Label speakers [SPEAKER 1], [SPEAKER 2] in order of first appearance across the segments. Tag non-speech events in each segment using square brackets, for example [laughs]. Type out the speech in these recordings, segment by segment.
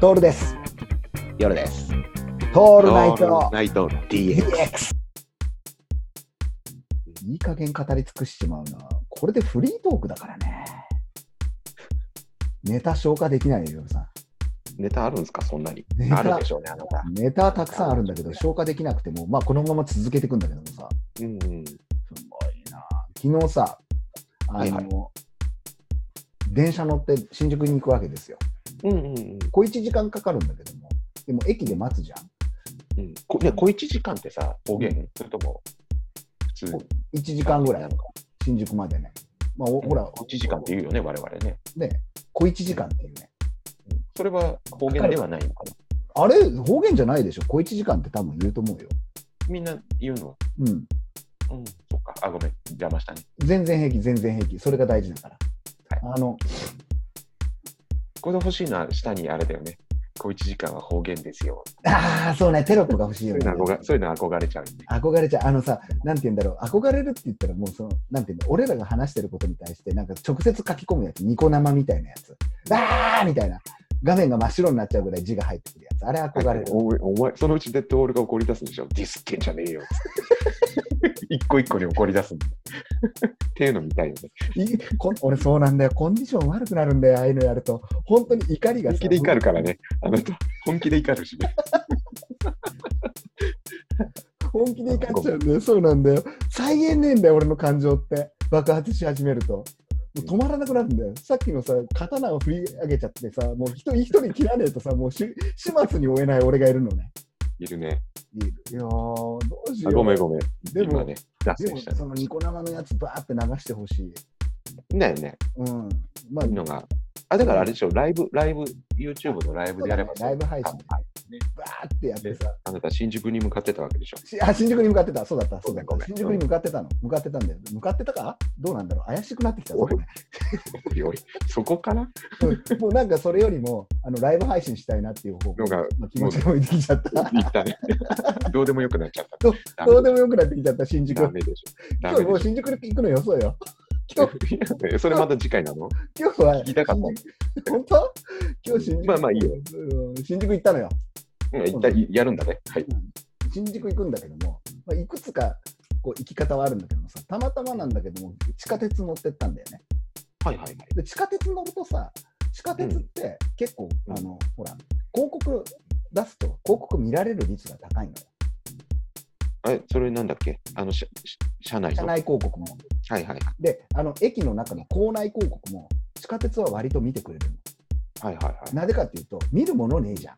[SPEAKER 1] トールです。
[SPEAKER 2] 夜です。
[SPEAKER 1] ト
[SPEAKER 2] オ
[SPEAKER 1] ールナイト
[SPEAKER 2] ナイト DX。
[SPEAKER 1] DX。いい加減語り尽くしちまうな。これでフリートークだからね。ネタ消化できないよ、ヨルさ
[SPEAKER 2] ネタあるんですかそんなに
[SPEAKER 1] ネ。タ
[SPEAKER 2] あるでしょうね、あなた。
[SPEAKER 1] ん。ネタたくさんあるんだけど、消化できなくても、まあ、このまま続けていくんだけどもさ。
[SPEAKER 2] うんうん。
[SPEAKER 1] すごいな。昨日さ、あの、
[SPEAKER 2] はいはい
[SPEAKER 1] 電車乗って新宿に行くわけですよ。
[SPEAKER 2] うんうんうん
[SPEAKER 1] 小1時間かかるんだけども、でも駅で待つじゃん。
[SPEAKER 2] うん。こね、小一時間ってさ、方言それとも、普通
[SPEAKER 1] こ1時間ぐらい、新宿までね。まあ、おほら、
[SPEAKER 2] 小一時間って言うよね、我々ね。
[SPEAKER 1] ね、小1時間っていうね。
[SPEAKER 2] うんそれは方言ではないのかな。
[SPEAKER 1] あれ、方言じゃないでしょ、小1時間って多分言うと思うよ。
[SPEAKER 2] みんな言うの
[SPEAKER 1] うん、
[SPEAKER 2] うん、そっか。あ、ごめん、邪魔したね。
[SPEAKER 1] 全然平気、全然平気、それが大事だから。あの
[SPEAKER 2] これ欲しいのは下にあれだよね。小一時間は方言ですよ。
[SPEAKER 1] ああ、そうね、テロップが欲しいよ
[SPEAKER 2] そういう
[SPEAKER 1] ね
[SPEAKER 2] の。憧れそういうの憧れちゃうよね。
[SPEAKER 1] 憧れちゃう、あのさ、なんて言うんだろう、憧れるって言ったら、もうその、なんて言うんだ、俺らが話してることに対して、なんか直接書き込むやつ、ニコ生みたいなやつ、あーみたいな、画面が真っ白になっちゃうぐらい字が入ってくるやつ、あれ憧れる。
[SPEAKER 2] おお前、そのうちデッドボールが怒り出すんでしょ。ディスってんじゃねえよ。 [laughs] 一個一個に怒り出すんだ。っていうの見たいよね。
[SPEAKER 1] いこん俺、そうなんだよ、コンディション悪くなるんだよ、ああいうのやると、本当に怒りが
[SPEAKER 2] 本
[SPEAKER 1] さ
[SPEAKER 2] 気で怒るからね。あなた、本気で怒るしね。
[SPEAKER 1] 本気で怒っちゃうんだよ、そうなんだよ。再現ねえんだよ、俺の感情って。爆発し始めると。もう止まらなくなるんだよ。さっきのさ、刀を振り上げちゃってさ、もう一人一人切らねえとさ、もうし始末に終えない俺がいるのね。
[SPEAKER 2] いるね。
[SPEAKER 1] いやー、どうしよ
[SPEAKER 2] あ
[SPEAKER 1] う。
[SPEAKER 2] ごめんごめん。
[SPEAKER 1] で
[SPEAKER 2] 今
[SPEAKER 1] も、
[SPEAKER 2] ね、脱
[SPEAKER 1] で
[SPEAKER 2] 線
[SPEAKER 1] も
[SPEAKER 2] した
[SPEAKER 1] その
[SPEAKER 2] ね
[SPEAKER 1] ニ。コ生のやつ、バーって流してほしい。
[SPEAKER 2] だよね。
[SPEAKER 1] うん。ま
[SPEAKER 2] いいのが。あ、だからあれでしょ。ライブ、ライブ、YouTube のライブでやれば
[SPEAKER 1] そうだねライブ配信
[SPEAKER 2] あ
[SPEAKER 1] バーってやってさ。
[SPEAKER 2] あなた、新宿に向かってたわけでしょ。
[SPEAKER 1] しあ、新宿に向かってた。そうだった。そうだっ
[SPEAKER 2] ごめ
[SPEAKER 1] た。
[SPEAKER 2] ん
[SPEAKER 1] 新宿に向かってたの。向かってたんだよ。向かってたかどうなんだろう。怪しくなってきたぞ、
[SPEAKER 2] おい
[SPEAKER 1] これ。
[SPEAKER 2] おいおいそこから
[SPEAKER 1] うん [laughs] もうなんかそれよりもあのライブ配信したいなっていう方向
[SPEAKER 2] のが
[SPEAKER 1] まあ気持ちが向いてきちゃった。
[SPEAKER 2] 行っ
[SPEAKER 1] [laughs]
[SPEAKER 2] たね。どうでもよくなっちゃった。
[SPEAKER 1] ど
[SPEAKER 2] ダメ
[SPEAKER 1] どうでもよくなってきちゃった、新宿
[SPEAKER 2] ダ。メでしょ。
[SPEAKER 1] 今
[SPEAKER 2] ダ
[SPEAKER 1] 日
[SPEAKER 2] メ
[SPEAKER 1] もう
[SPEAKER 2] でし
[SPEAKER 1] 新宿に行くのよそうよ。今日、
[SPEAKER 2] [laughs] ょ。それまた次回なの
[SPEAKER 1] 今日は。
[SPEAKER 2] 聞きたかった
[SPEAKER 1] 新宿本当今日新宿。
[SPEAKER 2] まあまあいいよ
[SPEAKER 1] うん新宿行ったのよ。
[SPEAKER 2] うん、一旦やるんだね。はい。
[SPEAKER 1] 新宿行くんだけども、まあ、いくつかこう行き方はあるんだけどもさ、たまたまなんだけども、地下鉄乗ってったんだよね。
[SPEAKER 2] はいはいはい。
[SPEAKER 1] で地下鉄乗るとさ、地下鉄って結構、
[SPEAKER 2] うん
[SPEAKER 1] あのほら、広告出すと広告見られる率が高いのよ。
[SPEAKER 2] え、それなんだっけあの、しし社内
[SPEAKER 1] 社
[SPEAKER 2] の。
[SPEAKER 1] 内広告も。
[SPEAKER 2] はいはい。
[SPEAKER 1] で、あの駅の中の構内広告も、地下鉄は割と見てくれるの。
[SPEAKER 2] はいはいは
[SPEAKER 1] なぜかっていうと、見るものねえじゃん。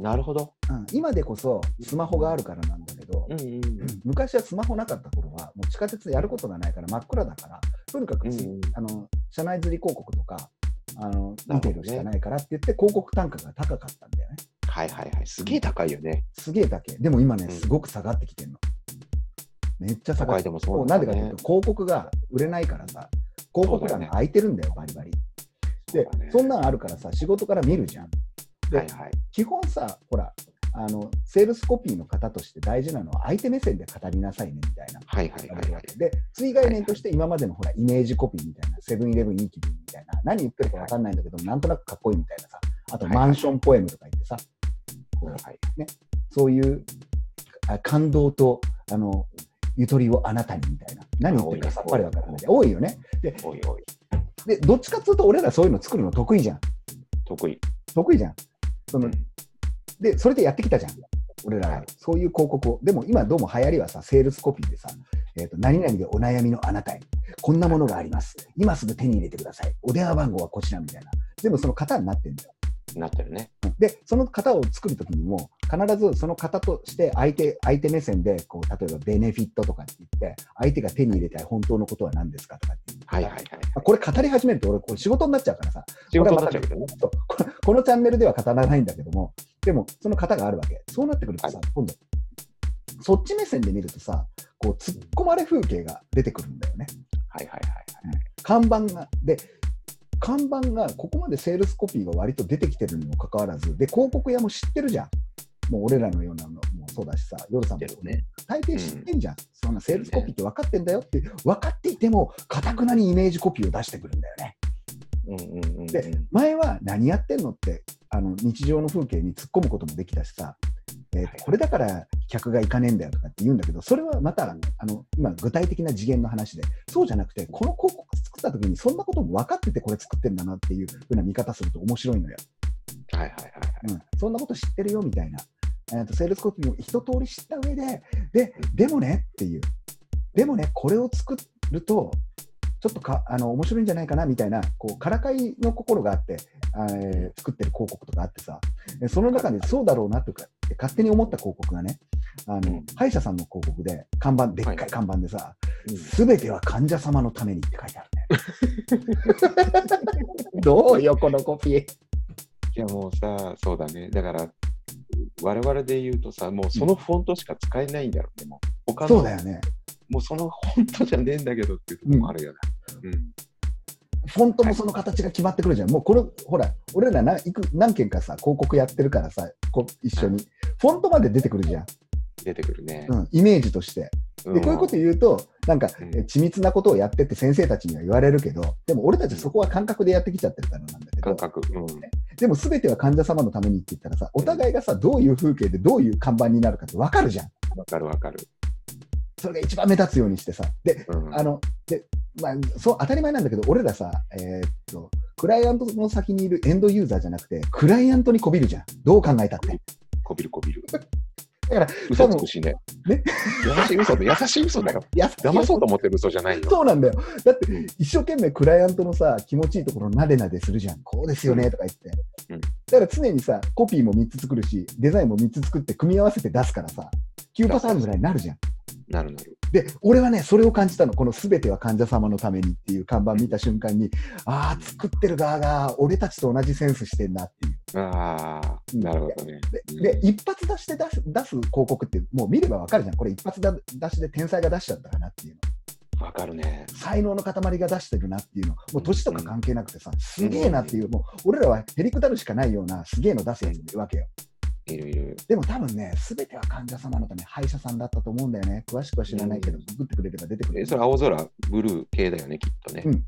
[SPEAKER 2] い。なるほど。
[SPEAKER 1] うん、今でこそスマホがあるからなんだけど、
[SPEAKER 2] うんうん
[SPEAKER 1] うん昔はスマホなかった頃は、もう地下鉄やることがないから真っ暗だから、とにかくつ、
[SPEAKER 2] うんうん
[SPEAKER 1] あの車内釣り広告とか、あの
[SPEAKER 2] なるほどね
[SPEAKER 1] 見てるしかないからって言って、広告単価が高かったんだよね。
[SPEAKER 2] はいはいはい。すげえ高いよね。
[SPEAKER 1] すげえだけ。でも今ね、
[SPEAKER 2] うん
[SPEAKER 1] すごく下がってきてるの。めっちゃ下が
[SPEAKER 2] 高
[SPEAKER 1] って
[SPEAKER 2] いで
[SPEAKER 1] る。
[SPEAKER 2] も
[SPEAKER 1] も
[SPEAKER 2] そうう
[SPEAKER 1] な
[SPEAKER 2] なん
[SPEAKER 1] ぜ
[SPEAKER 2] だ
[SPEAKER 1] かという
[SPEAKER 2] ね
[SPEAKER 1] と、。広告が売れないからさ、広告
[SPEAKER 2] そうだ
[SPEAKER 1] 欄
[SPEAKER 2] よね
[SPEAKER 1] が空いてるんだよ、バリバリ。で
[SPEAKER 2] そうだね
[SPEAKER 1] そんなんあるからさ仕事から見るじゃんで
[SPEAKER 2] はいはい。
[SPEAKER 1] 基本さほらあのセールスコピーの方として大事なのは相手目線で語りなさいねみたいな。
[SPEAKER 2] はいはいはいはい。
[SPEAKER 1] で追概念として今までのほらイメージコピーみたいなセブンイレブンいい気分みたいな何言ってるか分かんないんだけどなんとなくかっこいいみたいなさあと
[SPEAKER 2] はいはい
[SPEAKER 1] マンションポエムとか言ってさ
[SPEAKER 2] はいはい
[SPEAKER 1] そういうあ感動とあのゆとりをあなたにみたいな何言ってるかさっぱり分からない多いよね
[SPEAKER 2] おいおい。
[SPEAKER 1] でどっちかっつうと俺らそういうの作るの得意じゃん
[SPEAKER 2] 得意。
[SPEAKER 1] 得意じゃんそうの
[SPEAKER 2] ん
[SPEAKER 1] で、それでやってきたじゃん、俺らは、
[SPEAKER 2] はい
[SPEAKER 1] そういう広告を。でも今、どうも流行りはさ、セールスコピーでさ、えーと、何々でお悩みのあなたへ、こんなものがあります。今すぐ手に入れてください。お電話番号はこちらみたいな。全部その型になってんだよ。
[SPEAKER 2] なってるね。
[SPEAKER 1] うんで、その型を作るときにも、必ずその型として相手、相手目線で、こう、例えばベネフィットとかって言って、相手が手に入れたい本当のことは何ですかとかって言って
[SPEAKER 2] はいはいはい。
[SPEAKER 1] あこれ語り始めると俺、これ仕事になっちゃうからさ、
[SPEAKER 2] 仕事になっちゃうけどね。
[SPEAKER 1] そうこのこのチャンネルでは語らないんだけども、でもその型があるわけ。そうなってくるとさ、今度、そっち目線で見るとさ、こう突っ込まれ風景が出てくるんだよね。
[SPEAKER 2] はいはいはいはい。
[SPEAKER 1] 看板が。で、看板がここまでセールスコピーが割と出てきてるにもかかわらず、で、広告屋も知ってるじゃん。もう俺らのようなのもそうだしさ、夜さんもそうだけど。大抵知ってんじゃん。そんなセールスコピーって分かってんだよって、分かっていても、かたくなにイメージコピーを出してくるんだよね。
[SPEAKER 2] うんうんうん。
[SPEAKER 1] で前は何やってんのってあの日常の風景に突っ込むこともできたしさ、えーと
[SPEAKER 2] はい
[SPEAKER 1] これだから客が行かねえんだよとかって言うんだけどそれはまたあの今具体的な次元の話でそうじゃなくてこの広告作った時にそんなことも分かっててこれ作ってんだなっていうふうな見方すると面白いのよ、
[SPEAKER 2] はいはいはいはい。
[SPEAKER 1] うん、そんなこと知ってるよみたいな、えーとセールスコピーも一通り知った上でででもねっていうでもねこれを作るとちょっとかあの面白いんじゃないかなみたいなこうからかいの心があってあーえー作ってる広告とかあってさでその中でそうだろうなとか勝手に思った広告がねあの、
[SPEAKER 2] うん
[SPEAKER 1] 歯医者さんの広告で看板でっかい看板でさ「
[SPEAKER 2] う
[SPEAKER 1] すべ、ては患者様のために」って書いてあるね。 [laughs] どうよこのコピー。
[SPEAKER 2] いやもうさ、そうだね。だから、我々で言うとさ、もうそのフォントしか使えないんだろうね。もう他の
[SPEAKER 1] そうだよね
[SPEAKER 2] もうその本当じゃねえんだけどっていうところもあるよね。うん。
[SPEAKER 1] フォントもその形が決まってくるじゃん。もうこれ、ほら、俺らないく何件かさ、広告やってるからさ、こ一緒に。フォントまで出てくるじゃん。
[SPEAKER 2] 出てくるね。
[SPEAKER 1] うん、イメージとして。
[SPEAKER 2] う
[SPEAKER 1] で、
[SPEAKER 2] ん
[SPEAKER 1] こういうこと言うと、なんか、
[SPEAKER 2] うん
[SPEAKER 1] え緻密なことをやってって先生たちには言われるけど、でも俺たちそこは感覚でやってきちゃってるからなんだけど
[SPEAKER 2] 感、覚。うん。
[SPEAKER 1] でも全ては患者様のためにって言ったらさ、お互いがさ、どういう風景でどういう看板になるかって分かるじゃん。
[SPEAKER 2] わかるわかる。
[SPEAKER 1] それが一番目立つようにしてさ。で、
[SPEAKER 2] うん。
[SPEAKER 1] あのでまあ、そう当たり前なんだけど、俺らさ、えーっと、クライアントの先にいるエンドユーザーじゃなくて、クライアントにこびるじゃん、どう考えたって。
[SPEAKER 2] こびるこびる。だ
[SPEAKER 1] から、
[SPEAKER 2] 嘘つくしね。
[SPEAKER 1] ね
[SPEAKER 2] 優しい嘘だ。優しい嘘だよ。
[SPEAKER 1] いや
[SPEAKER 2] 騙そうと思ってる嘘じゃないよ。
[SPEAKER 1] そうなんだよ。だって
[SPEAKER 2] うん、
[SPEAKER 1] 一生懸命クライアントのさ、気持ちいいところなでなでするじゃん、こうですよねとか言って。
[SPEAKER 2] うん
[SPEAKER 1] だから常にさ、コピーも3つ作るし、デザインも3つ作って、組み合わせて出すからさ、9パターンぐらいになるじゃん。
[SPEAKER 2] なるなる。
[SPEAKER 1] で、俺はね、それを感じたの、このすべては患者様のためにっていう看板見た瞬間に、ああ、作ってる側が俺たちと同じセンスしてんなっていう。
[SPEAKER 2] ああ、
[SPEAKER 1] うん
[SPEAKER 2] なるほどね。うん
[SPEAKER 1] でで、一発出しで出す出す広告って、もう見ればわかるじゃん、これ一発だ出しで天才が出しちゃったかなっていうの、
[SPEAKER 2] わかるね。
[SPEAKER 1] 才能の塊が出してるなっていうの、もう年とか関係なくてさ、すげえなっていう、もう俺らはへりくだるしかないような、すげえの出すやつもいるわけよ。
[SPEAKER 2] いるいる。
[SPEAKER 1] でも多分ね、すべては患者様のため、歯医者さんだったと思うんだよね、詳しくは知らないけど、
[SPEAKER 2] うん
[SPEAKER 1] ググってくれれば出てくる
[SPEAKER 2] え、。それ青空、ブルー系だよね、きっとね
[SPEAKER 1] う。ん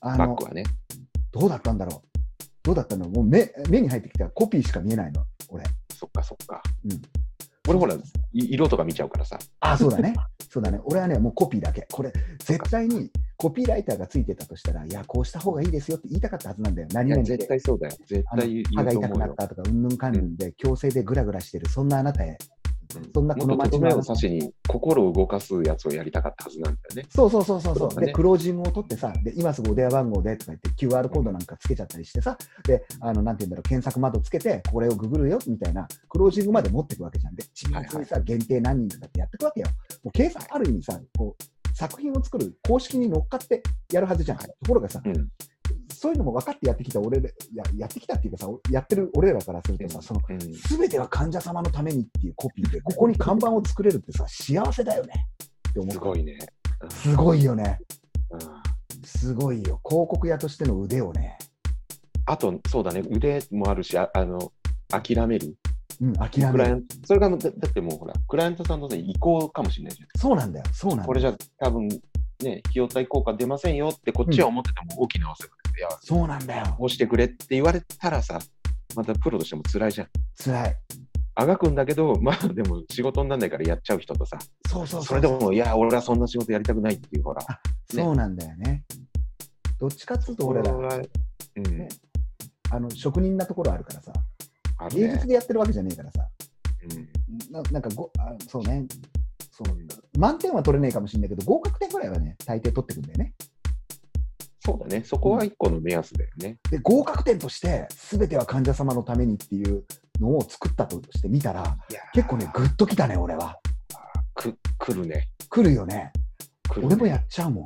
[SPEAKER 1] あ
[SPEAKER 2] バッ
[SPEAKER 1] の
[SPEAKER 2] クはね。
[SPEAKER 1] どうだったんだろうどうだったのもう目目に入ってきたコピーしか見えないの、俺。
[SPEAKER 2] そっかそっか。
[SPEAKER 1] うん
[SPEAKER 2] 俺ほら、い色とか見ちゃうからさ。
[SPEAKER 1] あ、そうだね。そうだね。俺はね、もうコピーだけ。これ、絶対にコピーライターがついてたとしたら、いや、こうした方がいいですよって言いたかったはずなんだよ。何
[SPEAKER 2] いや、
[SPEAKER 1] 々
[SPEAKER 2] 絶対そうだよ。絶
[SPEAKER 1] あの
[SPEAKER 2] 対言
[SPEAKER 1] 歯
[SPEAKER 2] う
[SPEAKER 1] が
[SPEAKER 2] と
[SPEAKER 1] 痛く
[SPEAKER 2] 思う
[SPEAKER 1] なっ
[SPEAKER 2] よ。
[SPEAKER 1] たとか、うんぬんかんぬんで、強制でぐらぐらしてる、そんなあなたへ。
[SPEAKER 2] うん
[SPEAKER 1] そんなこ
[SPEAKER 2] も
[SPEAKER 1] の
[SPEAKER 2] っと
[SPEAKER 1] 街
[SPEAKER 2] 整
[SPEAKER 1] の
[SPEAKER 2] えを指しに心を動かすやつをやりたかったはずなんだよね。
[SPEAKER 1] そうそうそうそうそう、
[SPEAKER 2] そうだね
[SPEAKER 1] で、クロージングを取ってさ、で、今すぐお電話番号でとか言って、QR コードなんかつけちゃったりしてさ、で、あの、なんて言うんだろう、検索窓つけて、これをググるよみたいな、クロージングまで持っていくわけじゃん。で、緻密にさ、限定何人とかってやっていくわけよ。もう計算ある意味さ、こう、作品を作る公式に乗っかってやるはずじゃん。ところがさ、
[SPEAKER 2] うん
[SPEAKER 1] そういうのも分かってやってきた俺ら、ややってきたっていうかさ、やってる俺らからするとさ、その、
[SPEAKER 2] うん
[SPEAKER 1] すべては患者様のためにっていうコピーで、ここに看板を作れるってさ、幸せだよねって思う。
[SPEAKER 2] すごいね。
[SPEAKER 1] すごいよね。
[SPEAKER 2] うん
[SPEAKER 1] すごいよ。広告屋としての腕をね、
[SPEAKER 2] あと、そうだね、腕もあるし、ああの、諦める。
[SPEAKER 1] うん、諦め
[SPEAKER 2] クライア
[SPEAKER 1] る。
[SPEAKER 2] ントそれがもうだだってもうほら、クライアントさんのね意向かもしれないじゃん。
[SPEAKER 1] そうなんだよ。そうなん
[SPEAKER 2] こ
[SPEAKER 1] だ
[SPEAKER 2] れ
[SPEAKER 1] よ。
[SPEAKER 2] じゃ多分ね、費用対効果出ませんよってこっちは思ってても大きな汗が出て、いや、
[SPEAKER 1] そうなんだよ。
[SPEAKER 2] こうしてくれって言われたらさ、またプロとしても辛いじゃん。
[SPEAKER 1] 辛い。
[SPEAKER 2] あがくんだけど、まあでも仕事にならないからやっちゃう人とさ、
[SPEAKER 1] そうそうそう。
[SPEAKER 2] それでも、いや、俺はそんな仕事やりたくないっていう、ほら。ね
[SPEAKER 1] そうなんだよね。どっちかっつうと俺ら、
[SPEAKER 2] これはうん、
[SPEAKER 1] ねあの職人なところあるからさ、
[SPEAKER 2] ある
[SPEAKER 1] 芸
[SPEAKER 2] ね
[SPEAKER 1] 術。でやってるわけじゃねえからさ、
[SPEAKER 2] うん
[SPEAKER 1] ななんかごあ、そうね、そう満点は取れねえかもしれないけど、合格点ぐらいはね、大抵取ってくんだよね。
[SPEAKER 2] そうだね、そこは一個の目安だよね。
[SPEAKER 1] で、合格点として、すべては患者様のためにっていうのを作ったとしてみたら、
[SPEAKER 2] いやー
[SPEAKER 1] 結構ね、、グッときたね、俺は。
[SPEAKER 2] く、くるね。
[SPEAKER 1] 来るよね。
[SPEAKER 2] 来るね
[SPEAKER 1] 俺もやっちゃうもん。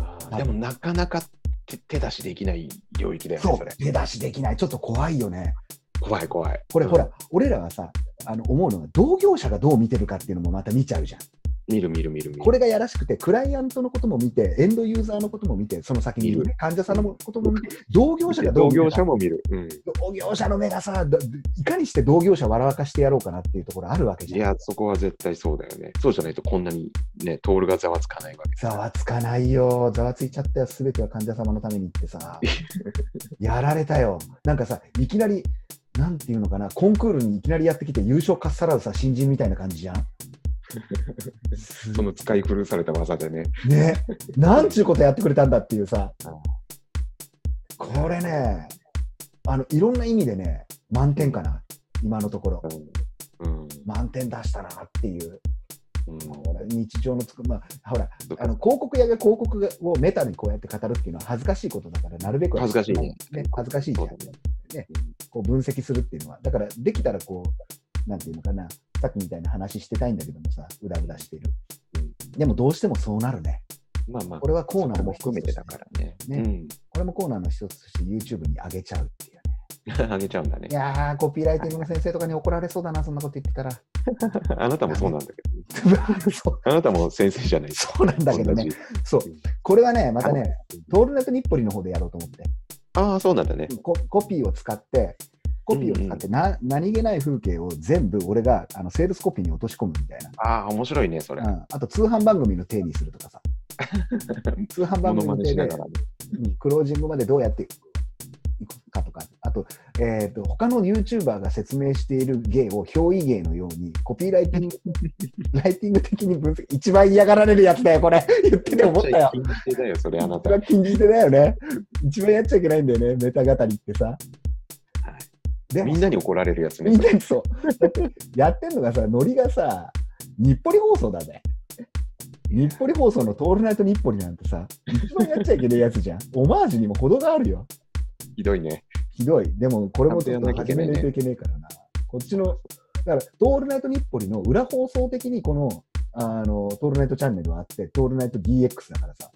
[SPEAKER 2] あーでもなかなか手手出しできない領域だよね、
[SPEAKER 1] そ
[SPEAKER 2] そうれ、。
[SPEAKER 1] 手出しできない、ちょっと怖いよね。
[SPEAKER 2] 怖い怖い。
[SPEAKER 1] これ、
[SPEAKER 2] うん
[SPEAKER 1] ほら、俺らはさ、あの思うのは、同業者がどう見てるかっていうのもまた見ちゃうじゃん。
[SPEAKER 2] 見る見る見る見る。
[SPEAKER 1] これがやらしくて、クライアントのことも見て、エンドユーザーのことも見て、その先にいる
[SPEAKER 2] 見
[SPEAKER 1] ね、患者さんのことも見て、同業者がどう
[SPEAKER 2] 同
[SPEAKER 1] 見
[SPEAKER 2] 業
[SPEAKER 1] るか
[SPEAKER 2] 者も見る。うん。
[SPEAKER 1] 同業者の目がさ、だいかにして同業者を笑わかしてやろうかなっていうところあるわけじ
[SPEAKER 2] い
[SPEAKER 1] ゃん。
[SPEAKER 2] や、そこは絶対そうだよね。そうじゃないとこんなにね、トールがざわつかないわけ。
[SPEAKER 1] ざわつかないよ、ざわついちゃったよ、すべては患者様のためにって
[SPEAKER 2] [laughs]
[SPEAKER 1] さ、やられたよ、なんかさ、いきなり、なんていうのかな、コンクールにいきなりやってきて、優勝かっさらうさ、新人みたいな感じじゃん。す
[SPEAKER 2] その使い古された技でね。 [laughs]
[SPEAKER 1] ね、なんちゅうことやってくれたんだっていうさ
[SPEAKER 2] うん、
[SPEAKER 1] これね、あのいろんな意味でね、満点かな、今のところ、
[SPEAKER 2] うん。うん。
[SPEAKER 1] 満点出したなっていう、
[SPEAKER 2] うん
[SPEAKER 1] ほら日常のつく、まあ、ほら、
[SPEAKER 2] そうか
[SPEAKER 1] あの広告屋が広告をメタにこうやって語るっていうのは恥ずかしいことだから、なるべく
[SPEAKER 2] 恥ずかしいね
[SPEAKER 1] ね恥ずかしいじゃん
[SPEAKER 2] そうだね
[SPEAKER 1] ねこう分析するっていうのは、だからできたらこう、なんていうのかな、さっきみたいな話してたいんだけどもさ、うだうだしてる
[SPEAKER 2] うん。
[SPEAKER 1] でもどうしてもそうなるね。
[SPEAKER 2] まあまあ、
[SPEAKER 1] これはコーナーの
[SPEAKER 2] も
[SPEAKER 1] 一つと
[SPEAKER 2] 含
[SPEAKER 1] して
[SPEAKER 2] めてだからね。
[SPEAKER 1] ねこれもコーナーの一つとして YouTube に上げちゃうっていうね。
[SPEAKER 2] うん。 [laughs] あげちゃうんだね
[SPEAKER 1] い。やー、コピーライティングの先生とかに怒られそうだな、そんなこと言ってたら。 [laughs]
[SPEAKER 2] あなたもそうなんだけどね。
[SPEAKER 1] そう
[SPEAKER 2] あなたも先生じゃないです。
[SPEAKER 1] そうなんだけどね。
[SPEAKER 2] 同じ。
[SPEAKER 1] そう。これはね、またね、トールネット日暮里の方でやろうと思って、
[SPEAKER 2] ああ、そうなんだね。
[SPEAKER 1] ココピーを使って、コピーを使ってな、何気ない風景を全部俺があのセールスコピーに落とし込むみたいな。
[SPEAKER 2] ああ、面白いね、それ。
[SPEAKER 1] うん、あと通販番組の手にすると
[SPEAKER 2] [laughs]
[SPEAKER 1] かさ通販
[SPEAKER 2] も
[SPEAKER 1] 番
[SPEAKER 2] の
[SPEAKER 1] 組
[SPEAKER 2] ま
[SPEAKER 1] の
[SPEAKER 2] ね
[SPEAKER 1] 手
[SPEAKER 2] しな
[SPEAKER 1] で
[SPEAKER 2] がらね。
[SPEAKER 1] うんクロージングまでどうやっていくかとかあと,、えー、と他の YouTuber が説明している芸を表意芸のようにコピーライティ
[SPEAKER 2] [laughs]
[SPEAKER 1] ングライティング的に分析一番嫌がられるやつだよこれ言ってて思ったよ
[SPEAKER 2] めっちゃ禁止だよ、それあな
[SPEAKER 1] 一
[SPEAKER 2] た。
[SPEAKER 1] 番禁じ手だよね一番やっちゃいけないんだよねメタ語りってさ、で
[SPEAKER 2] みんなに怒られるやつね
[SPEAKER 1] みん。なにそう。だってやってんのがさ、ノリがさ、日暮里放送だぜ。日暮里放送のトールナイト日暮里なんてさ、一番やっちゃいけないやつじゃん。オマージュにも程があるよ。
[SPEAKER 2] ひどいね。
[SPEAKER 1] ひどい。でも、これもちょっと始めないといけないからな。こっちの、だから、トールナイト日暮里の裏放送的に、この、あの、トールナイトチャンネルはあって、トールナイト DX だからさ、